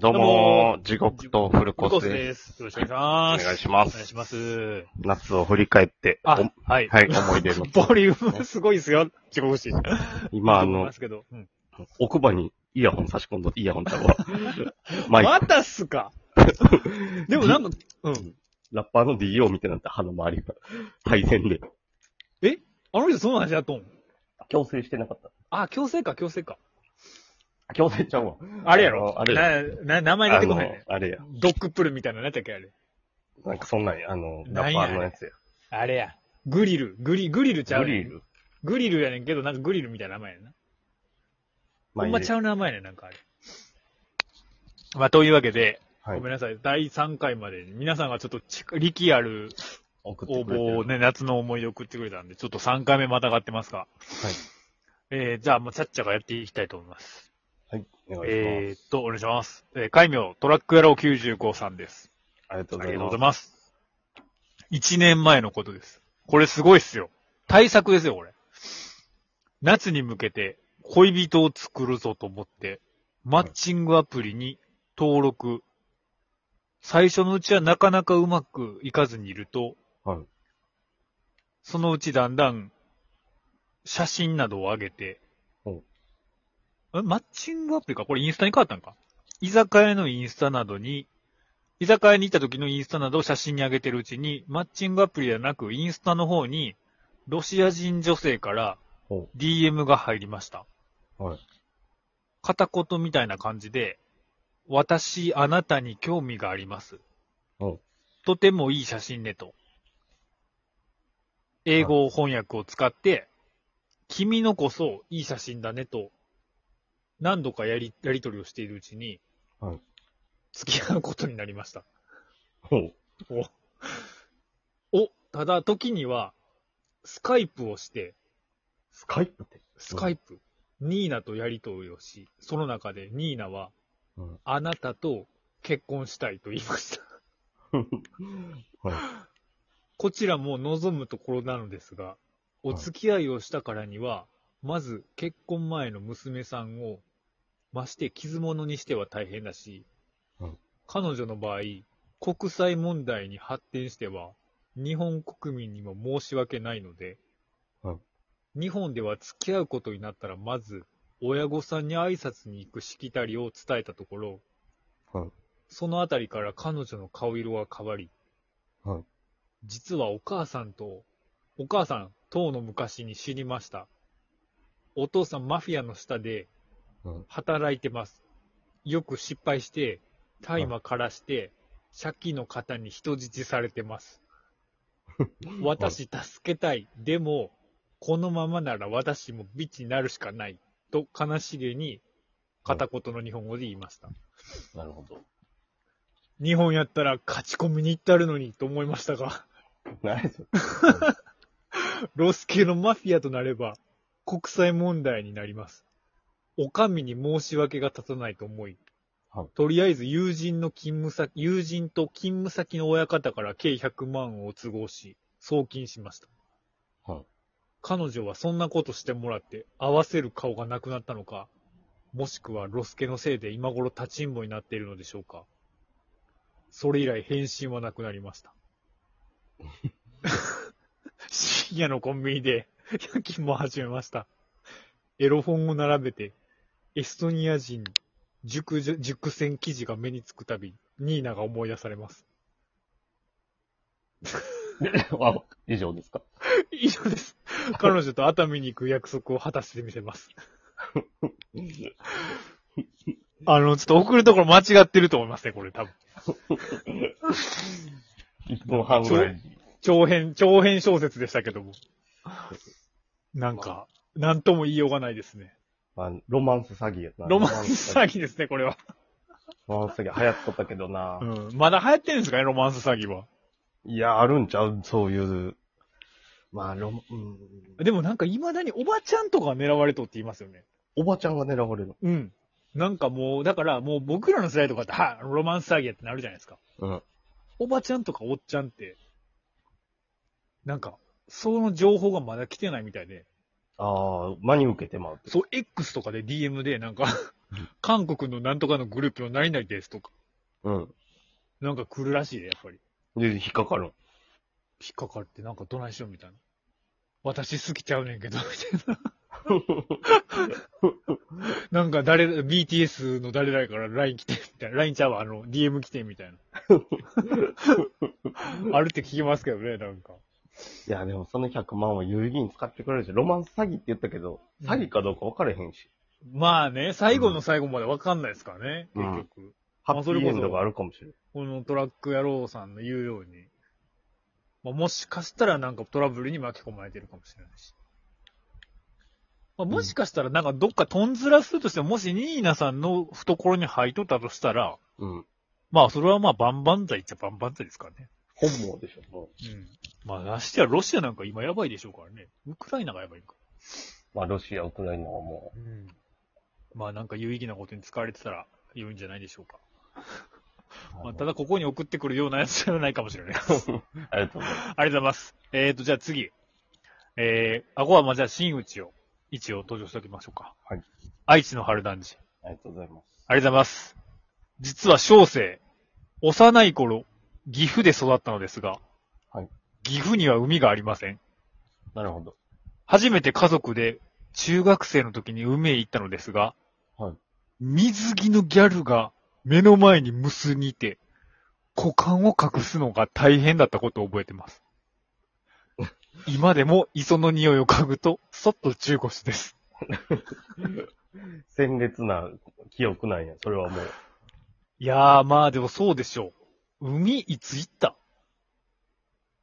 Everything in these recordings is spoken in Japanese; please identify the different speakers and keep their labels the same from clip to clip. Speaker 1: どうも、地獄とフルコースです。
Speaker 2: です。よろしくお願いし
Speaker 1: お願いし
Speaker 2: ま。
Speaker 1: ます
Speaker 2: お願い
Speaker 1: す。
Speaker 2: します。
Speaker 1: 夏を振り返って、お
Speaker 2: あ、はい。
Speaker 1: はい、思い出の。
Speaker 2: ボリュームすごいですよ。地獄し。
Speaker 1: 今、あ
Speaker 2: 思い
Speaker 1: の
Speaker 2: ま、すけどうん
Speaker 1: 奥歯にイヤホン差し込んどって、イ ヤホンちゃうわ。マイク、
Speaker 2: またっすか でもなんか、うん。
Speaker 1: ラッパーの DO みたいになって歯の周りが、配線で。
Speaker 2: あの人その話だとん。
Speaker 1: 強制してなかっ
Speaker 2: あ、強制か、強制か。
Speaker 1: た。強制ちゃうわ。
Speaker 2: あれやろ
Speaker 1: あれ
Speaker 2: な、な、名前出
Speaker 1: あ
Speaker 2: てこ
Speaker 1: の
Speaker 2: ないね。、
Speaker 1: あれや。
Speaker 2: ドッグプルみたいなのやったっけ、あれ。
Speaker 1: なんかそんなんや、あの、
Speaker 2: な
Speaker 1: ラ
Speaker 2: ん
Speaker 1: ッ
Speaker 2: や
Speaker 1: パーのやつや。
Speaker 2: あれや。グリル。グリ、グリルちゃう
Speaker 1: グ
Speaker 2: ねん。
Speaker 1: リル。
Speaker 2: グリルやねんけど、なんかグリルみたいな名前やな。
Speaker 1: まあ
Speaker 2: ほんまちゃ
Speaker 1: う。
Speaker 2: う名前やねん、なんかあれ。まあ、というわけで、
Speaker 1: は
Speaker 2: ご
Speaker 1: い。
Speaker 2: めんなさい。第3回までに皆さんがちょっと力力ある
Speaker 1: 送って
Speaker 2: 応
Speaker 1: くれて
Speaker 2: 募を
Speaker 1: る。。
Speaker 2: ね、夏の思い出を送ってくれたんで、ちょっと3回目またがってますが。はいえー、じゃあもうちゃっちゃがやっていきたいと思います。
Speaker 1: はい。お願いします。
Speaker 2: えーっと、お願いします。えー、海名、トラック野郎95さんです。
Speaker 1: ありがとう
Speaker 2: あ
Speaker 1: ご
Speaker 2: り
Speaker 1: ざ
Speaker 2: が
Speaker 1: い
Speaker 2: とうご
Speaker 1: ま
Speaker 2: ざ
Speaker 1: す
Speaker 2: い。ます。1年前のことです。これすごいっすよ。対策ですよ、これ。夏に向けて恋人を作るぞと思って、マッチングアプリに登録。最初のうちはなかなかうまくいかずにいると、
Speaker 1: はい
Speaker 2: そのうちだんだん写真などを上げて、
Speaker 1: ほ
Speaker 2: えマッチングアプリかこれインスタに変わったんか居酒屋のインスタなどに、居酒屋に行った時のインスタなどを写真に上げてるうちに、マッチングアプリではなく、インスタの方に、ロシア人女性から
Speaker 1: ほ
Speaker 2: DM が入りました。
Speaker 1: はい。
Speaker 2: 片言みたいな感じで、私、あなたに興味があります
Speaker 1: ほ。
Speaker 2: とてもいい写真ねと。英語翻訳を使って、君のこそいい写真だねと、何度かやり、やり取りをしているうちに、
Speaker 1: はい
Speaker 2: 付き合うことになりました。
Speaker 1: ほう。
Speaker 2: お、ただ時には、スカイプをして、
Speaker 1: スカイプって。
Speaker 2: スカイプ、ニーナとやり取りをし、その中でニーナは、
Speaker 1: うん
Speaker 2: あなたと結婚したいと言いました。
Speaker 1: はい。
Speaker 2: こちらも望むところなのですが、お付き合いをしたからには、まず結婚前の娘さんを、まして傷物にしては大変だし、
Speaker 1: うん
Speaker 2: 彼女の場合、国際問題に発展しては、日本国民にも申し訳ないので、
Speaker 1: うん
Speaker 2: 日本では付き合うことになったら、まず、親御さんに挨拶に行くしきたりを伝えたところ、
Speaker 1: はい
Speaker 2: そのあたりから彼女の顔色が変わり、
Speaker 1: はい
Speaker 2: 実はお母さんと、お母さん、当の昔に知りました。お父さん、マフィアの下で
Speaker 1: うん
Speaker 2: 働いてます。よく失敗して、大麻からして、借金の方に人質されてます。 私、助けたい。でも、このままなら私もビチになるしかない。と、悲しげに、片言の日本語で言いました。
Speaker 1: なるほど。
Speaker 2: 日本やったら勝ち込みに行ったるのにと思いましたが、
Speaker 1: なる
Speaker 2: ロス系のマフィアとなれば国際問題になります。お上に申し訳が立たないと思い
Speaker 1: はい、
Speaker 2: とりあえず友人の勤務先、友人と勤務先の親方から計100万を都合し、送金しました。
Speaker 1: はい
Speaker 2: 彼女はそんなことしてもらって合わせる顔がなくなったのか、もしくはロスケのせいで今頃立ちんぼになっているのでしょうか。それ以来返信はなくなりました。深夜のコンビニで夜勤も始めました。エロ本を並べて、エストニア人熟女、熟戦記事が目につくたび、ニーナが思い出されます。
Speaker 1: ほど。 あ、以上ですか
Speaker 2: 以上です。彼女と熱海に行く約束を果たしてみせます。あの、ちょっと送るところ間違ってると思いますね、これ多分。
Speaker 1: 1分半ぐらい。
Speaker 2: 長編、長編小説でしたけども。なんか、なんとも言いようがないですね。
Speaker 1: まあ、ロマンス詐欺やな。
Speaker 2: ロマンス
Speaker 1: 欺。
Speaker 2: 詐欺ですね、これは。
Speaker 1: ロマンス詐欺流行っとったけどな
Speaker 2: う。ん。まだ流行ってるんですかね、ロマンス詐欺は。
Speaker 1: いや、あるんちゃうそういう。まあ、ロマン、うん。
Speaker 2: でもなんか未だにおばちゃんとかが狙われとって言いますよね。
Speaker 1: おばちゃんが狙われる。
Speaker 2: うん。なんかもう、だからもう僕らの世代とかって、はあロマンス詐欺やってなるじゃないですか。
Speaker 1: うん。
Speaker 2: おばちゃんとかおっちゃんって、なんか、その情報がまだ来てないみたいで、
Speaker 1: ああ、真に受けてまうって。
Speaker 2: そう、X とかで DM で、 なんか、韓国のなんとかのグループの何々ですとか、
Speaker 1: うん。
Speaker 2: なんか来るらしいで、やっぱり。
Speaker 1: で、引っかかるん。
Speaker 2: 引っかかって、なんかどないしようみたいな。私好きちゃうねんけど、みたいな。なんか誰、BTS の誰々から LINE 来て、みたいな。LINE ちゃうわ、あの、DM 来て、みたいな。あるって聞きますけどね、なんか。
Speaker 1: いや、でもその100万は有意義に使ってくれるし、ロマンス詐欺って言ったけど、
Speaker 2: うん
Speaker 1: 詐欺かどうか分かれへんし、
Speaker 2: まあね、最後の最後までわかんないですからね、
Speaker 1: うん
Speaker 2: 結局。
Speaker 1: ハッピーエンドがあるかもしれん。
Speaker 2: このトラック野郎さんの言うように。まあ、もしかしたらなんかトラブルに巻き込まれてるかもしれないし。まあ、もしかしたらなんかどっかトンズラするとしても、もしニーナさんの懐に入っとったとしたら、
Speaker 1: うん。
Speaker 2: まあそれはまあ万々歳っちゃ万々歳ですからね。
Speaker 1: 本望でしょ、もう。
Speaker 2: うん。まあラシア、ロシアなんか今やばいでしょうからね。ウクライナがやばいんか。
Speaker 1: まあ、ロシア、ウクライナはも
Speaker 2: うん。まあなんか有意義なことに使われてたら良いんじゃないでしょうか。
Speaker 1: う。
Speaker 2: まあただここに送ってくるようなやつじゃないかもしれな いです。
Speaker 1: ありがとうございます。
Speaker 2: ありがとうございます。えーと、じゃあ次。えー、あこはまあじゃあ新内を、一を登場しておきましょうか。
Speaker 1: はい。
Speaker 2: 愛知の春団児。
Speaker 1: ありがとうございます。
Speaker 2: ありがとうございます。実は小生、幼い頃、岐阜で育ったのですが、
Speaker 1: はい
Speaker 2: 岐阜には海がありません。
Speaker 1: なるほど。
Speaker 2: 初めて家族で中学生の時に海へ行ったのですが、
Speaker 1: はい
Speaker 2: 水着のギャルが目の前に無数にいて、股間を隠すのが大変だったことを覚え てます。今でも磯の匂いを嗅ぐと、そっと中腰です。
Speaker 1: 鮮烈な記憶なんや、それはもう。
Speaker 2: いやー、まあでもそうでしょう。海いつ行った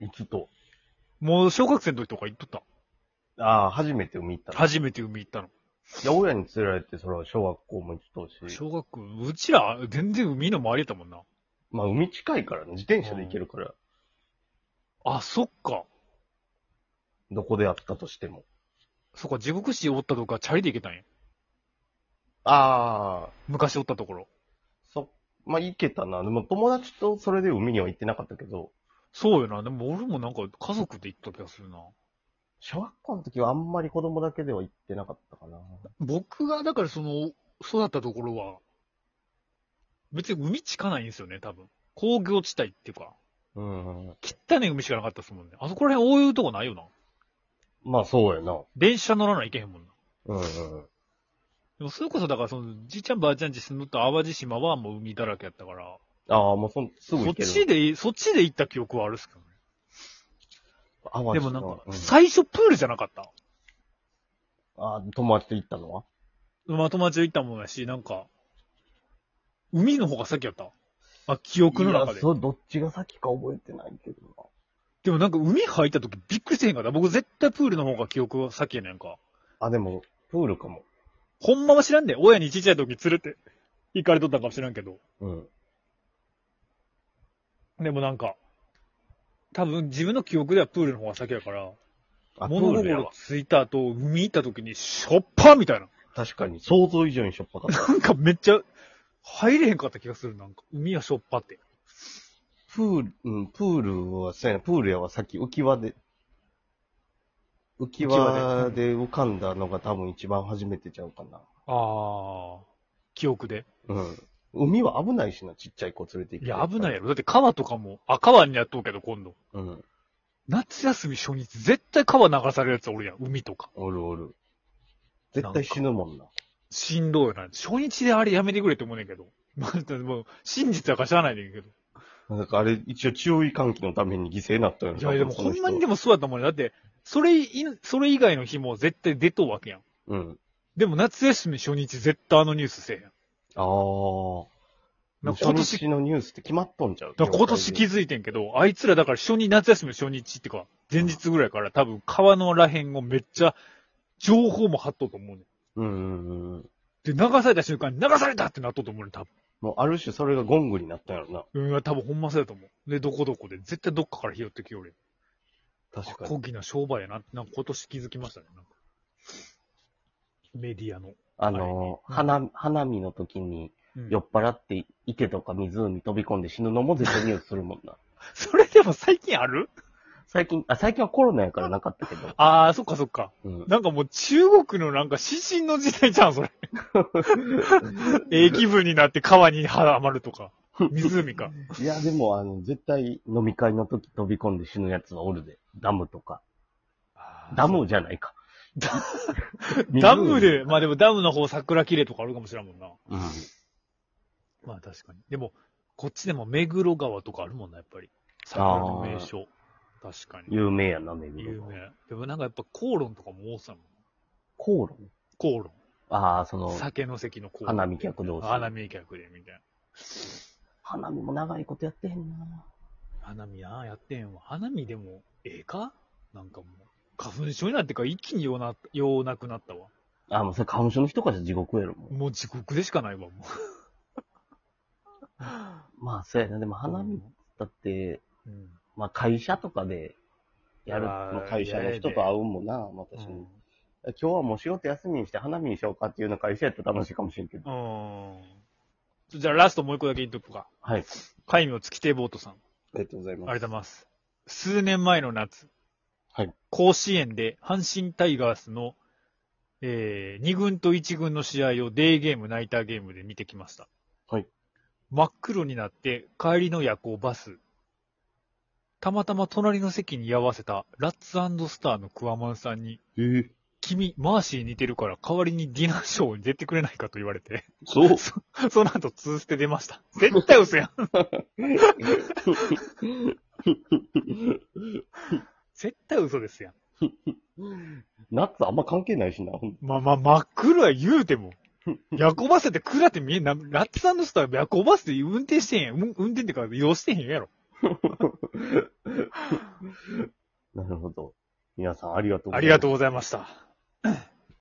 Speaker 1: いつと。
Speaker 2: もう小学生の時とか行っとった。
Speaker 1: ああ、初めて海行ったの。
Speaker 2: 初めて海行ったの。
Speaker 1: いや、親に連れられて、それは小学校も行ったし。
Speaker 2: 小学校、うちら全然海の周りだったもんな。
Speaker 1: まあ、海近いからね、自転車で行けるから、
Speaker 2: あ、そっか。
Speaker 1: どこであったとしても。
Speaker 2: そっか、地獄市おったとかチャリで行けたんや。
Speaker 1: ああ、
Speaker 2: 昔おったところ。
Speaker 1: そ、まあ、行けたな。でも友達とそれで海には行ってなかったけど、
Speaker 2: そうよな。でも俺もなんか家族で行った気がするな。
Speaker 1: 小学校の時はあんまり子供だけでは行ってなかったかな。
Speaker 2: 僕が、だからその、育ったところは、別に海しかないんですよね、多分。工業地帯っていうか、
Speaker 1: うん。
Speaker 2: 汚い海しかなかったですもんね。あそこら辺覆うとこないよな。
Speaker 1: まあ、そうやな。
Speaker 2: 電車乗らないといけへんもんな。
Speaker 1: うんうん。
Speaker 2: でもそれこそだからその、じいちゃんばあちゃんち住むと淡路島はもう海だらけやったから、
Speaker 1: ああ、もうそん、すぐ
Speaker 2: そ
Speaker 1: 行
Speaker 2: っ
Speaker 1: ける。
Speaker 2: ちで、そっちで行った記憶はあるっすけどね。
Speaker 1: 淡路
Speaker 2: でもなん
Speaker 1: の
Speaker 2: か、
Speaker 1: うん
Speaker 2: 最初プールじゃなかった。
Speaker 1: ああ、友達と行ったのは
Speaker 2: まあ友達と行ったもんやし、なんか、海の方が先やった。あ、記憶の中
Speaker 1: いや
Speaker 2: で。
Speaker 1: そう、どっちが先か覚えてないけどな。
Speaker 2: でもなんか海入った時びっくりせへんかった。僕絶対プールの方が記憶は先やねんか。
Speaker 1: あ、でも、プールかも。
Speaker 2: ほんまは知らんで、親にちっちゃい時連れて行かれとったんかもしらんけど。
Speaker 1: うん。
Speaker 2: でもなんか、多分自分の記憶ではプールの方が先やから、
Speaker 1: あ、プ
Speaker 2: 物
Speaker 1: ールや
Speaker 2: 心
Speaker 1: わ。
Speaker 2: ついた後、海行った時にしょっぱみたいな。
Speaker 1: 確かに、想像以上にしょっぱかっ た。
Speaker 2: なんかめっちゃ、入れへんかった気がする。なんか、海はしょっぱって。
Speaker 1: プール、うん、プールは、そうやな、プールやはさっき浮き輪で、浮き輪
Speaker 2: 輪
Speaker 1: で浮かんだのが多分一番初めてちゃうかな。
Speaker 2: あー、記憶で。
Speaker 1: うん。海は危ないしな、ちっちゃい子連れて行
Speaker 2: いや、危ないや
Speaker 1: よ。
Speaker 2: ろ。だって川とかも、あ、川にやっとうけど、今度。
Speaker 1: うん。
Speaker 2: 夏休み初日、絶対川流されるやつおるやん。海とか。
Speaker 1: おるおる。絶対死ぬもんな。
Speaker 2: しんどいよな。初日であれやめてくれって思うねんけど。まあ、でも、真実はかしゃあないねんけど。
Speaker 1: なんかあれ、一応注意喚起のために犠牲になったよね。
Speaker 2: いや、でもほんまにで
Speaker 1: も。
Speaker 2: もそうやったもんね。だって、それい、それ以外の日も絶対出とうわけやん。
Speaker 1: うん。
Speaker 2: でも夏休み初日絶対あのニュースせえへん。
Speaker 1: ああ。
Speaker 2: なんか
Speaker 1: 今
Speaker 2: 今年
Speaker 1: 年のニュースって決まっとんちゃう
Speaker 2: だから今年気づいてんけど、あいつらだから初日、夏休みの初日ってか、前日ぐらいから多分川のらへんをめっちゃ、情報も張っとうと思うねん。
Speaker 1: うんうんうん。
Speaker 2: で、流された瞬間に流されたってなっとうと思うねん、多分。
Speaker 1: もうある種それがゴングになったんやろな。
Speaker 2: うん、多分ほんまそうやと思う。で、どこどこで、絶対どっかから拾ってきよる
Speaker 1: 確かに。
Speaker 2: 高貴な商売やなって、なんか今年気づきましたね、なんか。メディアの。
Speaker 1: あ
Speaker 2: あれに
Speaker 1: の、花、花見の時に
Speaker 2: うん
Speaker 1: 酔っ払って 池とか湖に飛び込んで死ぬのも絶対ニュースするもんな。
Speaker 2: それでも最近ある
Speaker 1: 最近、あ、最近はコロナやからなかったけ ど。
Speaker 2: ああ、そっかそっか。
Speaker 1: うん。
Speaker 2: なんかもう中国のなんか指針の時代じゃん、それ。ええ気分になって川にはまる とか。湖か。
Speaker 1: いや、でも、あの、絶対飲み会の時飛び込んで死ぬやつはおるで。ダムとか。ダムじゃないか。
Speaker 2: ダムで、まあでもダムの方桜綺麗とかあるかもしれんもんな。
Speaker 1: うん。
Speaker 2: まあ確かに。でも、こっちでも目黒川とかあるもんな、やっぱり。桜の名所。確かに。
Speaker 1: 有名やな、めぐ
Speaker 2: 有
Speaker 1: る。
Speaker 2: 名。でもなんかやっぱ口論とかも多さもん。
Speaker 1: コーロ
Speaker 2: 口論。
Speaker 1: ああ、その、
Speaker 2: 酒の席の口論。
Speaker 1: 花見客同士。
Speaker 2: 花見客で、みたいな。
Speaker 1: 花見も長いことやってへんな。
Speaker 2: 花見な、やってんわ。花見でも、ええかなんかもう。花粉症になってから一気にような、ようなくなったわ。
Speaker 1: あー、もうそれ花粉症の人からしたら地獄やろ、もう。
Speaker 2: もう地獄でしかないわ、も
Speaker 1: まあ、そうやな。でも
Speaker 2: う。
Speaker 1: 花見だって、
Speaker 2: うん。
Speaker 1: まあ会社とかでやる、
Speaker 2: あー
Speaker 1: まあ会社の人と会うもんな、まあ
Speaker 2: う
Speaker 1: 確かに
Speaker 2: ん。
Speaker 1: 今日はもう仕事休みにして花見にしようかっていうような会社やったら楽しいかもしれんけど。
Speaker 2: うん。じゃあラストもう一個だけ言っとくか。
Speaker 1: はい。あ
Speaker 2: 海名月亭ボートさん。
Speaker 1: りがとうござい
Speaker 2: あり
Speaker 1: ま
Speaker 2: が
Speaker 1: す。
Speaker 2: とうございます。数年前の夏。
Speaker 1: はい
Speaker 2: 甲子園で阪神タイガースの、えー、2軍と1軍の試合をデーゲーム、ナイターゲームで見てきました。
Speaker 1: はい。
Speaker 2: 真っ黒になって帰りの夜行バス。たまたま隣の席に居合わせたラッツスターのクワマンさんに、
Speaker 1: えー、
Speaker 2: 君、マーシー似てるから代わりにディナーショーに出てくれないかと言われて。
Speaker 1: そう
Speaker 2: その後、通捨て出ました。絶対嘘やん。絶対嘘ですやん。
Speaker 1: ナッツあんま関係ないしな。ほん
Speaker 2: まあまあ、真っ黒は言うても。夜行バスって暗って見えんな。ラッツさんの人は夜行バスで運転してへんやん。運運転ってか移動してへんやろ。
Speaker 1: なるほど。皆さんありがとうございます。
Speaker 2: ありがとうございました。